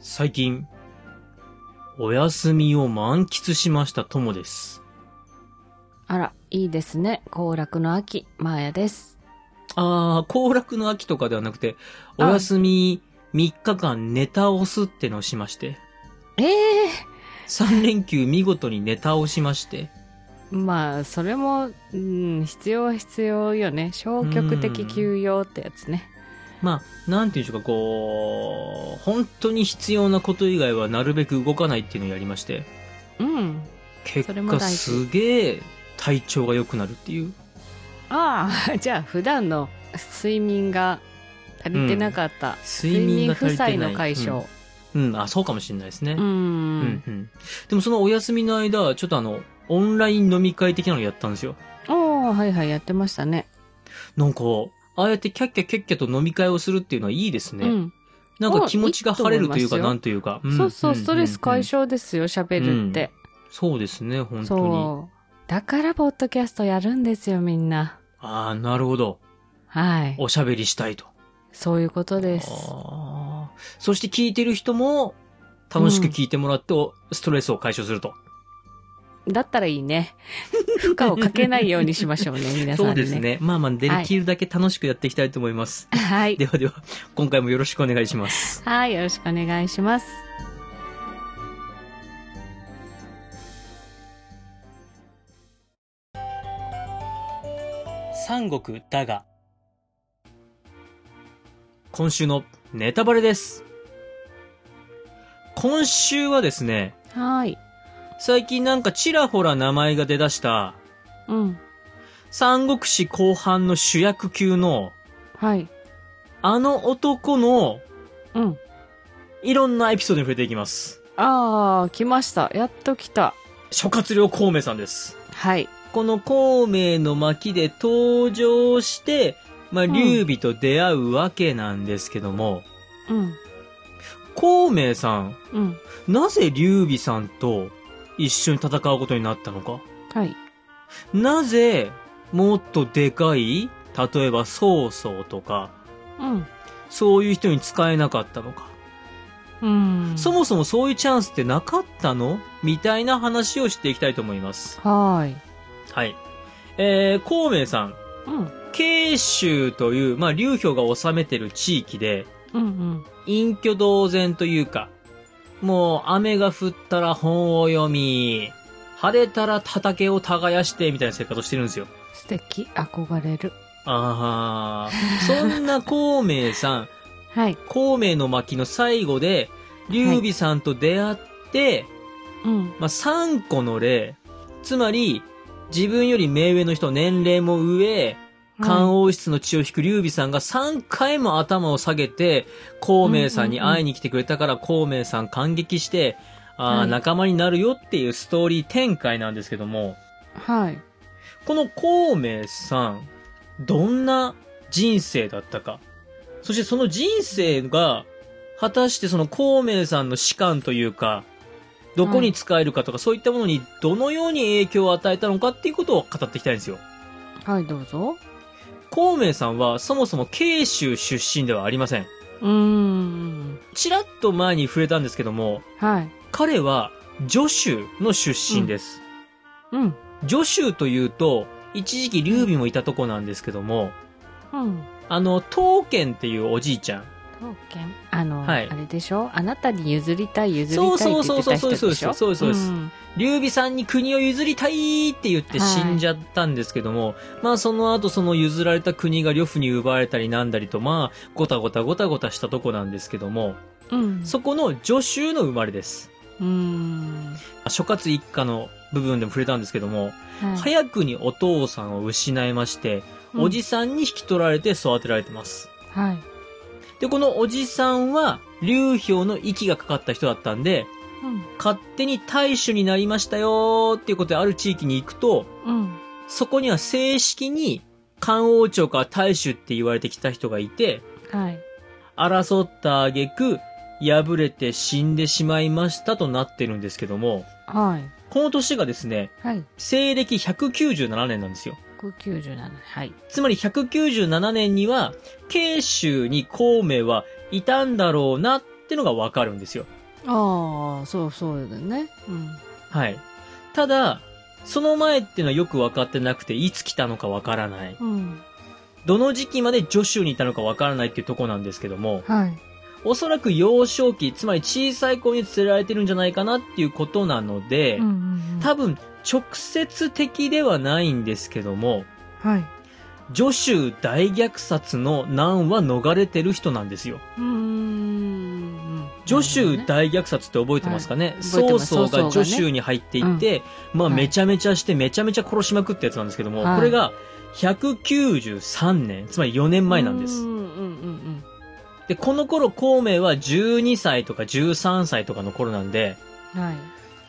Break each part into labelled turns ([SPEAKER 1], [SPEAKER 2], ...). [SPEAKER 1] 最近、お休みを満喫しましたともです。
[SPEAKER 2] あら、いいですね。行楽の秋、マーヤです。
[SPEAKER 1] あー、行楽の秋とかではなくて、お
[SPEAKER 2] あ
[SPEAKER 1] 休み3日間ネタをすってのをしまして、
[SPEAKER 2] ええ
[SPEAKER 1] 3連休見事にネタをしまして、
[SPEAKER 2] まあ、それも、うん、必要は必要よね。消極的休養ってやつね。
[SPEAKER 1] まあ、なんていうんでしょうか、こう、本当に必要なこと以外はなるべく動かないっていうのをやりまして、
[SPEAKER 2] うん。
[SPEAKER 1] 結
[SPEAKER 2] それも大
[SPEAKER 1] 果
[SPEAKER 2] 事
[SPEAKER 1] すげえ体調が良くなるっていう。
[SPEAKER 2] ああ、 じゃあ、普段の睡眠が足りてなかった。
[SPEAKER 1] 睡眠が足りてない。
[SPEAKER 2] 負債の解消。
[SPEAKER 1] うん、うんあ、そうかもしれないですね。
[SPEAKER 2] う
[SPEAKER 1] うん
[SPEAKER 2] ん。
[SPEAKER 1] うん。でもそのお休みの間、ちょっとあの、オンライン飲み会的なのやったんですよ。
[SPEAKER 2] おー、はいはい、やってましたね。
[SPEAKER 1] なんか、ああやってキャッキャキャッキャと飲み会をするっていうのはいいですね。
[SPEAKER 2] うん。
[SPEAKER 1] なんか気持ちが晴れるというか、
[SPEAKER 2] あいいと思いますよ
[SPEAKER 1] なんというか。ん
[SPEAKER 2] そうそう、ストレス解。消ですよ、喋るって。
[SPEAKER 1] んんそうですね、本当に。
[SPEAKER 2] そう。だから、ポッドキャストやるんですよ、みんな。
[SPEAKER 1] ああ、なるほど。
[SPEAKER 2] はい。
[SPEAKER 1] おしゃべりしたいと。
[SPEAKER 2] そういうことです。
[SPEAKER 1] あーそして聞いてる人も、楽しく聞いてもらって、おストレスを解消すると。
[SPEAKER 2] だったらいいね。負荷をかけないようにし ましょうね、皆さ
[SPEAKER 1] そ
[SPEAKER 2] んね。
[SPEAKER 1] うです。ね。まあまあ、できるだけ楽しくやっていきたいと思います。
[SPEAKER 2] はい。
[SPEAKER 1] ではでは、今回もよろしくお願いします。
[SPEAKER 2] はい、よろしくお願いします。
[SPEAKER 1] 三国だが今週のネタバレです今週はですね
[SPEAKER 2] はい。
[SPEAKER 1] 最近なんかちらほら名前が出だした
[SPEAKER 2] うん。
[SPEAKER 1] 三国志後半の主役級の
[SPEAKER 2] はい。
[SPEAKER 1] あの男の
[SPEAKER 2] うん。
[SPEAKER 1] いろんなエピソードに触れていきます
[SPEAKER 2] あー、来ました。やっと来た。
[SPEAKER 1] 諸葛亮孔明さんです
[SPEAKER 2] はい。
[SPEAKER 1] この孔明の巻で登場して、まあ、
[SPEAKER 2] ん
[SPEAKER 1] 劉備と出会うわけなんですけども、
[SPEAKER 2] うん。
[SPEAKER 1] 孔明さん
[SPEAKER 2] うん。
[SPEAKER 1] なぜ劉備さんと一緒に戦うことになったのか
[SPEAKER 2] はい。
[SPEAKER 1] なぜ、もっとでかい、例えば曹操とか、
[SPEAKER 2] うん。
[SPEAKER 1] そういう人に使えなかったのか、
[SPEAKER 2] うん。
[SPEAKER 1] そもそもそういうチャンスってなかったのみたいな話をしていきたいと思います。
[SPEAKER 2] はーい。
[SPEAKER 1] はい。えー、孔明さん、
[SPEAKER 2] うん。
[SPEAKER 1] 慶州という、まあ、劉表が治めてる地域で、
[SPEAKER 2] うんうん。
[SPEAKER 1] 隠居同然というか、もう雨が降ったら本を読み、晴れたら畑を耕して、みたいな生活をしてるんですよ。
[SPEAKER 2] 素敵。憧れる。
[SPEAKER 1] ああ、そんな孔明さん、
[SPEAKER 2] はい。
[SPEAKER 1] 孔明の巻の最後で、劉備さんと出会って、
[SPEAKER 2] うん。
[SPEAKER 1] まあ、3個の例、つまり、自分より目上の人、年齢も上、
[SPEAKER 2] は
[SPEAKER 1] 漢王室の血を引く劉備さんが3回も頭を下げて、孔明さんに会いに来てくれたから孔明さん感激して、あー
[SPEAKER 2] はい
[SPEAKER 1] 仲間になるよっていうストーリー展開なんですけども、
[SPEAKER 2] い。はい。
[SPEAKER 1] この孔明さん、どんな人生だったか。そしてその人生が、果たしてその孔明さんの士官というか、どこに使えるかとか、そういったものにどのように影響を与えたのかっていうことを語っていきたいんですよ。
[SPEAKER 2] はい、どうぞ。
[SPEAKER 1] 孔明さんはそもそも慶州出身ではありません。
[SPEAKER 2] うーん。
[SPEAKER 1] ちらっと前に触れたんですけども、
[SPEAKER 2] はい。
[SPEAKER 1] 彼は助州の出身です。
[SPEAKER 2] うん。
[SPEAKER 1] 助州というと、一時期劉備もいたとこなんですけども、
[SPEAKER 2] うん。
[SPEAKER 1] あの、刀剣っていうおじいちゃん。
[SPEAKER 2] 刀剣あの、
[SPEAKER 1] はい
[SPEAKER 2] あれでしょあなたに譲りたい譲り
[SPEAKER 1] そう
[SPEAKER 2] たい
[SPEAKER 1] そ
[SPEAKER 2] っ
[SPEAKER 1] う
[SPEAKER 2] て
[SPEAKER 1] そ
[SPEAKER 2] 言
[SPEAKER 1] う
[SPEAKER 2] って
[SPEAKER 1] そう
[SPEAKER 2] た人でしょ
[SPEAKER 1] そうですそうです
[SPEAKER 2] ん
[SPEAKER 1] 劉備さんに国を譲りたいって言って死んじゃったんですけども、まあその後その譲られた国が呂布に奪われたりなんだりと、まあ、ごたごたごたごたしたとこなんですけども、
[SPEAKER 2] うん
[SPEAKER 1] そこの助州の生まれです。
[SPEAKER 2] うん、
[SPEAKER 1] 諸葛一家の部分でも触れたんですけども、
[SPEAKER 2] はい
[SPEAKER 1] 早くにお父さんを失いまして、おじさんに引き取られて育てられてます。
[SPEAKER 2] うんはい
[SPEAKER 1] で、このおじさんは、劉氷の息がかかった人だったんで、勝手に大衆になりましたよーっていうことである地域に行くと、
[SPEAKER 2] うんうん
[SPEAKER 1] そこには正式に漢王朝から大衆って言われてきた人がいて、
[SPEAKER 2] はい
[SPEAKER 1] 争った挙句、敗れて死んでしまいましたとなってるんですけども、
[SPEAKER 2] はい
[SPEAKER 1] この年がですね、
[SPEAKER 2] はい
[SPEAKER 1] 西暦197年なんですよ。
[SPEAKER 2] 197はい
[SPEAKER 1] つまり197年には、慶州に孔明はいたんだろうなってのがわかるんですよ。
[SPEAKER 2] ああ、そうそうだよね。うん。
[SPEAKER 1] はい。ただ、その前っていうのはよく分かってなくて、いつ来たのか分からない。
[SPEAKER 2] うん。
[SPEAKER 1] どの時期まで助手にいたのか分からないっていうとこなんですけども、
[SPEAKER 2] はい。
[SPEAKER 1] おそらく幼少期、つまり小さい子に連れられてるんじゃないかなっていうことなので、
[SPEAKER 2] うんうんうん、
[SPEAKER 1] 多分直接的ではないんですけども、
[SPEAKER 2] はい。
[SPEAKER 1] 助手大虐殺の難は逃れてる人なんですよ。
[SPEAKER 2] うーん。
[SPEAKER 1] 助手大虐殺って覚えてますかね、
[SPEAKER 2] い覚え
[SPEAKER 1] 曹
[SPEAKER 2] てます
[SPEAKER 1] 操が
[SPEAKER 2] 曹操が
[SPEAKER 1] 助
[SPEAKER 2] ね
[SPEAKER 1] 手に入っていって、まあ
[SPEAKER 2] はい
[SPEAKER 1] めちゃめちゃしてめちゃめちゃ殺しまくったやつなんですけども、
[SPEAKER 2] はい
[SPEAKER 1] これが193年、つまり4年前なんで
[SPEAKER 2] う
[SPEAKER 1] す。
[SPEAKER 2] んうんうん
[SPEAKER 1] で、この頃孔明は12歳とか13歳とかの頃なんで、
[SPEAKER 2] うん。はい。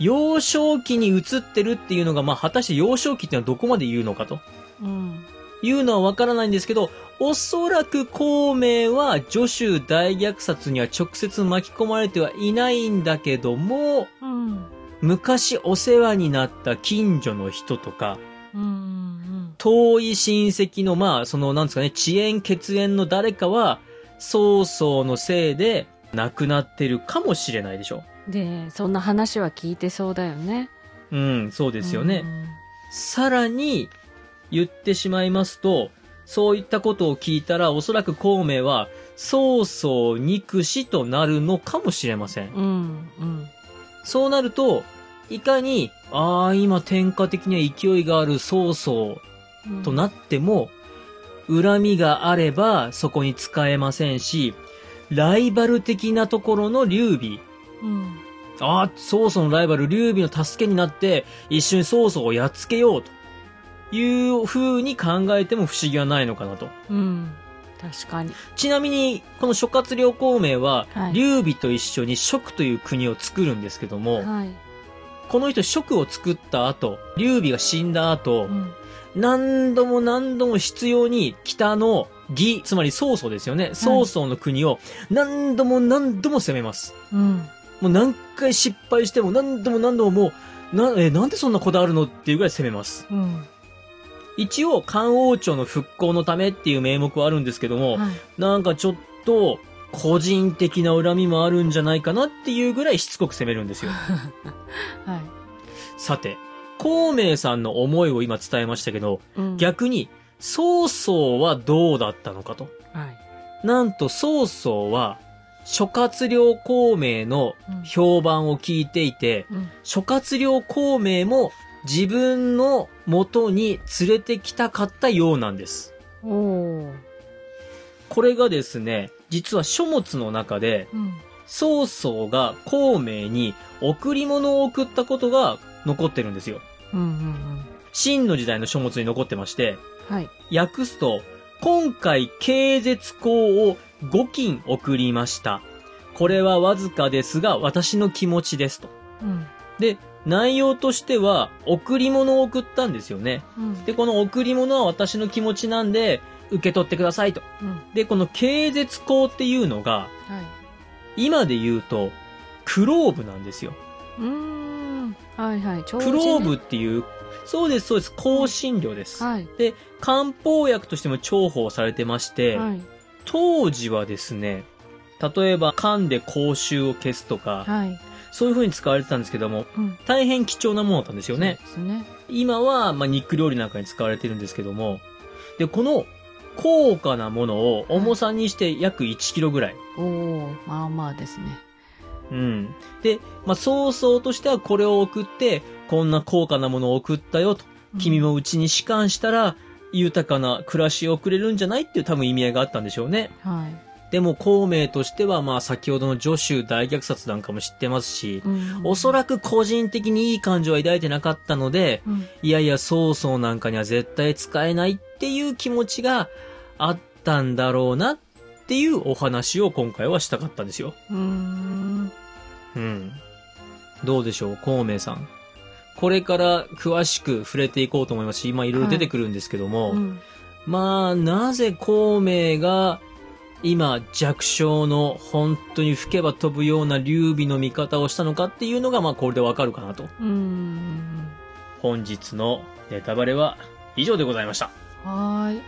[SPEAKER 1] 幼少期に移ってるっていうのが、まあ果たして幼少期っていうのはどこまで言うのかと
[SPEAKER 2] うん。
[SPEAKER 1] いうのはわからないんですけど、おそらく孔明は助手大虐殺には直接巻き込まれてはいないんだけども、
[SPEAKER 2] うん。
[SPEAKER 1] 昔お世話になった近所の人とか、
[SPEAKER 2] うんうん
[SPEAKER 1] 遠い親戚の、まあ、その、なんですかね、遅延血縁の誰かは、曹操のせいで亡くなってるかもしれないでしょ。
[SPEAKER 2] うん。で、そんな話は聞いてそうだよね。
[SPEAKER 1] うん、そうですよね。
[SPEAKER 2] うん
[SPEAKER 1] さらに、言ってしまいますと、そういったことを聞いたら、おそらく孔明は、曹操憎しとなるのかもしれません。
[SPEAKER 2] うんうん。
[SPEAKER 1] そうなると、いかに、ああ、今天下的には勢いがある曹操
[SPEAKER 2] うん
[SPEAKER 1] となっても、恨みがあればそこに使えませんし、ライバル的なところの劉備。
[SPEAKER 2] うん。
[SPEAKER 1] ああ、曹操のライバル劉備の助けになって、一緒に曹操をやっつけようという風に考えても不思議はないのかなと。
[SPEAKER 2] うん。確かに。
[SPEAKER 1] ちなみに、この諸葛亮孔明は、
[SPEAKER 2] はい
[SPEAKER 1] 劉備と一緒に蜀という国を作るんですけども、
[SPEAKER 2] はい。
[SPEAKER 1] この人蜀を作った後、劉備が死んだ後、
[SPEAKER 2] うん。
[SPEAKER 1] 何度も何度も必要に北の義、つまり曹操ですよね。曹操の国を何度も何度も攻めます。
[SPEAKER 2] うん。
[SPEAKER 1] もう何回失敗しても何度も何度ももう、な、え、なんでそんなこだわるのっていうぐらい攻めます。
[SPEAKER 2] うん。
[SPEAKER 1] 一応、漢王朝の復興のためっていう名目はあるんですけども、
[SPEAKER 2] はい。
[SPEAKER 1] なんかちょっと、個人的な恨みもあるんじゃないかなっていうぐらいしつこく攻めるんですよ。
[SPEAKER 2] はい。
[SPEAKER 1] さて、孔明さんの思いを今伝えましたけど、
[SPEAKER 2] うん。
[SPEAKER 1] 逆に、曹操はどうだったのかと。
[SPEAKER 2] はい。
[SPEAKER 1] なんと曹操は、諸葛亮孔明の評判を聞いていて、
[SPEAKER 2] うん。
[SPEAKER 1] 諸葛亮孔明も自分の元に連れてきたかったようなんです。
[SPEAKER 2] おー。
[SPEAKER 1] これがですね、実は書物の中で、
[SPEAKER 2] うん。
[SPEAKER 1] 曹操が孔明に贈り物を送ったことが残ってるんですよ。
[SPEAKER 2] うんうんうん。
[SPEAKER 1] 秦の時代の書物に残ってまして、
[SPEAKER 2] はい。
[SPEAKER 1] 訳すと、今回、経絶項を5金送りました。これはわずかですが、私の気持ちですと。
[SPEAKER 2] うん。
[SPEAKER 1] で、内容としては、贈り物を送ったんですよね。
[SPEAKER 2] うん。
[SPEAKER 1] で、この贈り物は私の気持ちなんで、受け取ってくださいと。
[SPEAKER 2] うん。
[SPEAKER 1] で、この経絶項っていうのが、
[SPEAKER 2] はい。
[SPEAKER 1] 今で言うと、クローブなんですよ。
[SPEAKER 2] うーん。はいはい。ちょうど
[SPEAKER 1] クローブっていう、そうです、そうです、香辛料です。
[SPEAKER 2] はい。
[SPEAKER 1] で、漢方薬としても重宝されてまして、
[SPEAKER 2] はい。
[SPEAKER 1] 当時はですね、例えば噛んで口臭を消すとか、
[SPEAKER 2] はい。
[SPEAKER 1] そういう風に使われてたんですけども、
[SPEAKER 2] うん。
[SPEAKER 1] 大変貴重なものだったんですよね
[SPEAKER 2] そ。うですね。
[SPEAKER 1] 今は、まあ、肉料理なんかに使われてるんですけども、で、この高価なものを重さにして約1キロぐらい。
[SPEAKER 2] おー。まあまあですね。
[SPEAKER 1] うん。で、まあ、曹操としてはこれを送って、こんな高価なものを送ったよと。
[SPEAKER 2] うん
[SPEAKER 1] 君。もうちに仕官したら、豊かな暮らしを送れるんじゃないっていう多分意味合いがあったんでしょうね。
[SPEAKER 2] はい。
[SPEAKER 1] でも孔明としてはまあ先ほどの助手大虐殺なんかも知ってますし、
[SPEAKER 2] うん
[SPEAKER 1] おそらく個人的にいい感情は抱いてなかったので、
[SPEAKER 2] うん。
[SPEAKER 1] いやいや曹操なんかには絶対使えないっていう気持ちがあったんだろうなっていうお話を今回はしたかったんですよ。
[SPEAKER 2] うーん。
[SPEAKER 1] うん。どうでしょう、孔明さん。これから詳しく触れていこうと思いますし、今いろいろ出てくるんですけども、
[SPEAKER 2] うん。
[SPEAKER 1] まあ、なぜ孔明が今弱小の本当に吹けば飛ぶような劉備の味方をしたのかっていうのがまあこれでわかるかなと。
[SPEAKER 2] うん。
[SPEAKER 1] 本日のネタバレは以上でございました。
[SPEAKER 2] はーい。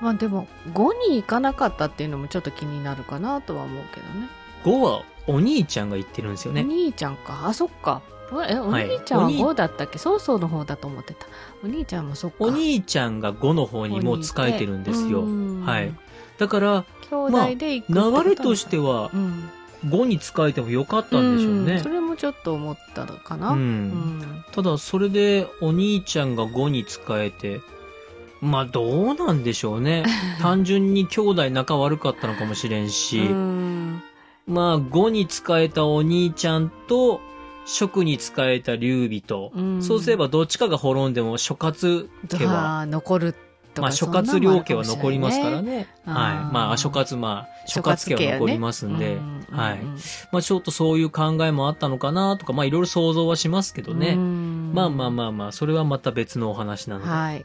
[SPEAKER 2] まあでも、5に行かなかったっていうのもちょっと気になるかなとは思うけどね。
[SPEAKER 1] 5はお兄ちゃんが言ってるんですよ
[SPEAKER 2] お
[SPEAKER 1] ね。
[SPEAKER 2] 兄ちゃんかあそっかおえお
[SPEAKER 1] はい
[SPEAKER 2] 兄ちゃんは
[SPEAKER 1] お兄
[SPEAKER 2] 5だったっけ、そうそうの方だと思ってたお兄ちゃんもそっか
[SPEAKER 1] お兄ちゃんが5の方にもう使えてるんですよ
[SPEAKER 2] う。ん
[SPEAKER 1] はいだから、
[SPEAKER 2] 兄弟で行くってことなのかな
[SPEAKER 1] 流れとしては
[SPEAKER 2] う、ん
[SPEAKER 1] 5に使えてもよかったんでしょう
[SPEAKER 2] うん
[SPEAKER 1] ね
[SPEAKER 2] そ。れもちょっと思ったのかな、
[SPEAKER 1] う。
[SPEAKER 2] うんん
[SPEAKER 1] ただ、それで、お兄ちゃんが5に使えて、まあ、どうなんでしょうね。 単純に兄弟仲悪かったのかもしれんし、
[SPEAKER 2] うん
[SPEAKER 1] まあ、5に使えたお兄ちゃんと、職に使えた劉備と、
[SPEAKER 2] うん
[SPEAKER 1] そうすればどっちかが滅んでも諸葛家は、
[SPEAKER 2] あー残るとか
[SPEAKER 1] まあ諸葛
[SPEAKER 2] そんな
[SPEAKER 1] 両
[SPEAKER 2] のもある
[SPEAKER 1] 家
[SPEAKER 2] かも
[SPEAKER 1] は
[SPEAKER 2] しれない
[SPEAKER 1] 残りますからね。
[SPEAKER 2] あー
[SPEAKER 1] はい。まあ諸葛、まあ諸葛家は残りますんで、
[SPEAKER 2] 諸葛家
[SPEAKER 1] はい
[SPEAKER 2] ねうん。
[SPEAKER 1] まあちょっとそういう考えもあったのかなとか、まあいろいろ想像はしますけど
[SPEAKER 2] うんうんう
[SPEAKER 1] ね。
[SPEAKER 2] ん
[SPEAKER 1] まあまあまあまあ、それはまた別のお話なので。はい。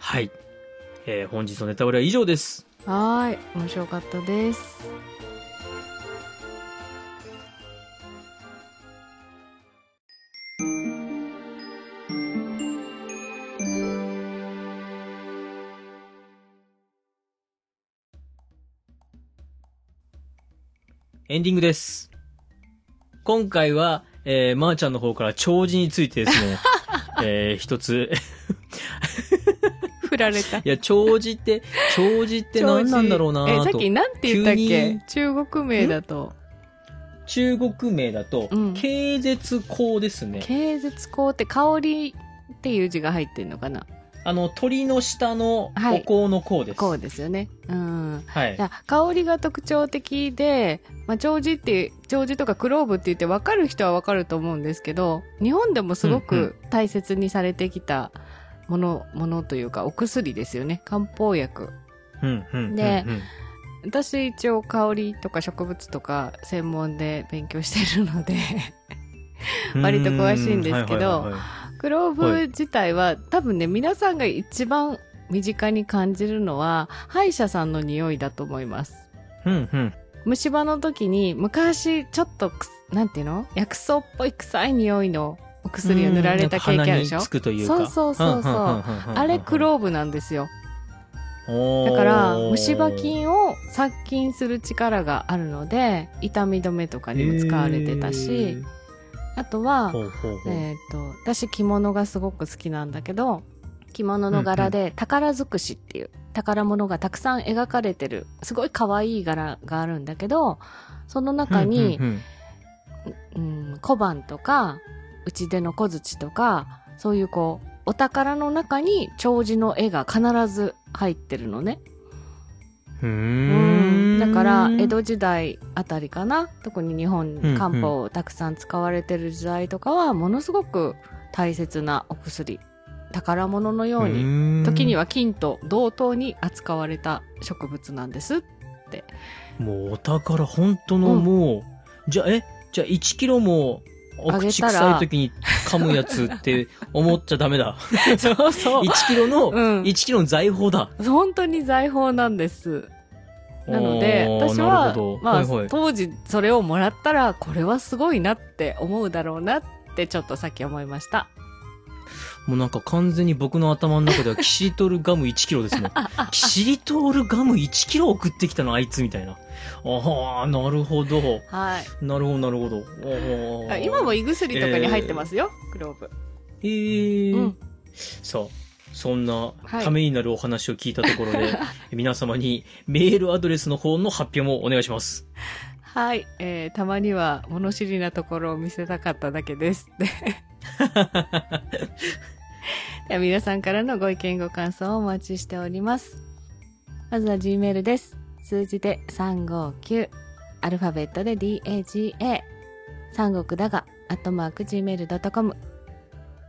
[SPEAKER 2] はい
[SPEAKER 1] えー本日のネタバレは以上です。
[SPEAKER 2] はーい面白かったです
[SPEAKER 1] エンディングです。今回は、えー、まー、ちゃんの方から長寿についてです ね、えー、一つ、
[SPEAKER 2] 振られた
[SPEAKER 1] いや、長寿って、長寿って何なんだろうな
[SPEAKER 2] え
[SPEAKER 1] と。
[SPEAKER 2] さっきなんて言ったっ
[SPEAKER 1] 急
[SPEAKER 2] け
[SPEAKER 1] に
[SPEAKER 2] 中国名だと
[SPEAKER 1] 中国名だと、
[SPEAKER 2] うん
[SPEAKER 1] 経絶香ですね。
[SPEAKER 2] 経絶香って香りっていう字が入ってんのかな
[SPEAKER 1] あの、鳥の下のお
[SPEAKER 2] はい
[SPEAKER 1] 香の香です。
[SPEAKER 2] こうですよねうん
[SPEAKER 1] はい
[SPEAKER 2] い。や香りが特徴的で、まあ、長寿って長寿とかクローブって言って分かる人は分かると思うんですけど日本でもす
[SPEAKER 1] う
[SPEAKER 2] ご
[SPEAKER 1] んうん
[SPEAKER 2] く大切にされてきたもの,、ものというかお薬ですよね漢方薬
[SPEAKER 1] うん、うん。
[SPEAKER 2] で
[SPEAKER 1] うんうん
[SPEAKER 2] 私一応香りとか植物とか専門で勉強してる ので割と詳しいんですけど
[SPEAKER 1] うーんはいはいはいはい
[SPEAKER 2] クロー
[SPEAKER 1] は
[SPEAKER 2] ブ
[SPEAKER 1] い
[SPEAKER 2] 自体は多分ね皆さんが一番身近に感じるのは歯医者さんの匂いだと思います
[SPEAKER 1] うん、うん。
[SPEAKER 2] 虫歯の時に昔ちょっとくすなんていうの薬草っぽい臭い匂いのお薬を塗られた経験あるでし
[SPEAKER 1] う
[SPEAKER 2] ょ
[SPEAKER 1] んなんか鼻につくというか。
[SPEAKER 2] そうそうそうそうん
[SPEAKER 1] んんんうん
[SPEAKER 2] あれクローブなんですよ
[SPEAKER 1] おー
[SPEAKER 2] だから虫歯菌を殺菌する力があるので痛み止めとかにも使われてた
[SPEAKER 1] へ
[SPEAKER 2] し
[SPEAKER 1] ー
[SPEAKER 2] あとは
[SPEAKER 1] ほうほうほう
[SPEAKER 2] えっと私着物がすごく好きなんだけど着物の柄で宝尽くしっていう宝物がたくさん描かれてるすごい可愛い柄があるんだけどその中に、
[SPEAKER 1] うんうん
[SPEAKER 2] うん、小判とか、打ち出の小槌とか、そういうこう、お宝の中に長寿の絵が必ず入ってるのね。
[SPEAKER 1] うんうーん
[SPEAKER 2] だから、江戸時代あたりかな。特に日本
[SPEAKER 1] んうん
[SPEAKER 2] 漢方をたくさん使われてる時代とかは、ものすごく大切なお薬。宝物のように、
[SPEAKER 1] に
[SPEAKER 2] 時には金と同等に扱われた植物なんです。
[SPEAKER 1] もうお宝、本当のもう、じゃあ、え、じゃあ1キロも、お
[SPEAKER 2] あげ
[SPEAKER 1] 口
[SPEAKER 2] たら
[SPEAKER 1] 臭い時に噛むやつって思っちゃダメだ。
[SPEAKER 2] そうそう。
[SPEAKER 1] 1キロの、
[SPEAKER 2] うん
[SPEAKER 1] 1キロの財宝だ。
[SPEAKER 2] 本当に財宝なんです。なので、
[SPEAKER 1] おー
[SPEAKER 2] 私
[SPEAKER 1] なる
[SPEAKER 2] は
[SPEAKER 1] ほど、
[SPEAKER 2] まあ、
[SPEAKER 1] はいはい
[SPEAKER 2] 当時それをもらったら、これはすごいなって思うだろうなって、ちょっとさっき思いました。
[SPEAKER 1] もうなんか完全に僕の頭の中ではキシリトールガム1キロですもん。 キシリトールガム1キロ送ってきたのあいつみたいな。ああ、なるほど。
[SPEAKER 2] はい。
[SPEAKER 1] なるほど、なるほど。お
[SPEAKER 2] あ
[SPEAKER 1] ー
[SPEAKER 2] 今も胃薬とかに入ってますよ、クローブ。
[SPEAKER 1] えー
[SPEAKER 2] うん
[SPEAKER 1] さあ、そんな
[SPEAKER 2] はい
[SPEAKER 1] ためになるお話を聞いたところで、 皆様にメールアドレスの方の発表もお願いします。
[SPEAKER 2] はい。えーたまには物知りなところを見せたかっただけです。 では皆さんからのご意見ご感想をお待ちしております。まずは G メールです。数字で359。アルファベットで DAGA。三国だが、アットマーク Gmail.com。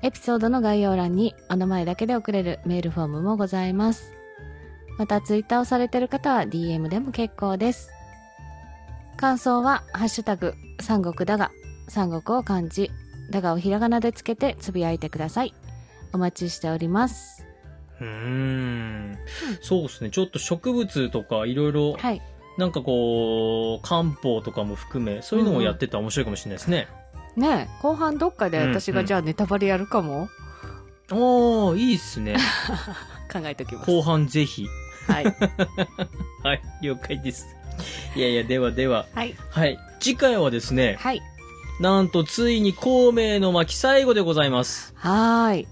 [SPEAKER 2] エピソードの概要欄にお名前だけで送れるメールフォームもございます。またツイッターをされている方は DM でも結構です。感想は、ハッシュタグ、三国だが、三国を漢字、だがをひらがなでつけてつぶやいてください。お待ちしております。
[SPEAKER 1] うーん。そうですね。ちょっと植物とかいろいろ、
[SPEAKER 2] はい。
[SPEAKER 1] なんかこう、漢方とかも含め、そういうのもやってったら面白いかもしれないですね。
[SPEAKER 2] ねえ、後半どっかで私
[SPEAKER 1] うんう
[SPEAKER 2] が
[SPEAKER 1] ん
[SPEAKER 2] じゃあネタバレやるかも、
[SPEAKER 1] ああ、いいっす ね。
[SPEAKER 2] 考えておきます。
[SPEAKER 1] 後半ぜひ。
[SPEAKER 2] はい。
[SPEAKER 1] はい、了解です。いやいや、ではでは。
[SPEAKER 2] はい。
[SPEAKER 1] はい。次回はですね、
[SPEAKER 2] はい。
[SPEAKER 1] なんとついに孔明の巻最後でございます。
[SPEAKER 2] はーい。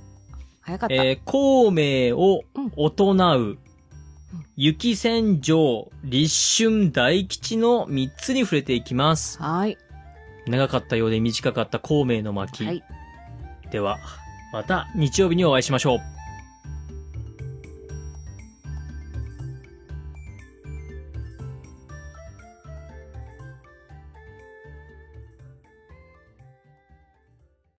[SPEAKER 2] 早かった。
[SPEAKER 1] えー、孔明を
[SPEAKER 2] うん
[SPEAKER 1] 大なう、雪戦場、立春大吉の3つに触れていきます。
[SPEAKER 2] はーい。
[SPEAKER 1] 長かったようで短かった孔明の巻。
[SPEAKER 2] はい。
[SPEAKER 1] では、また日曜日にお会いしましょう。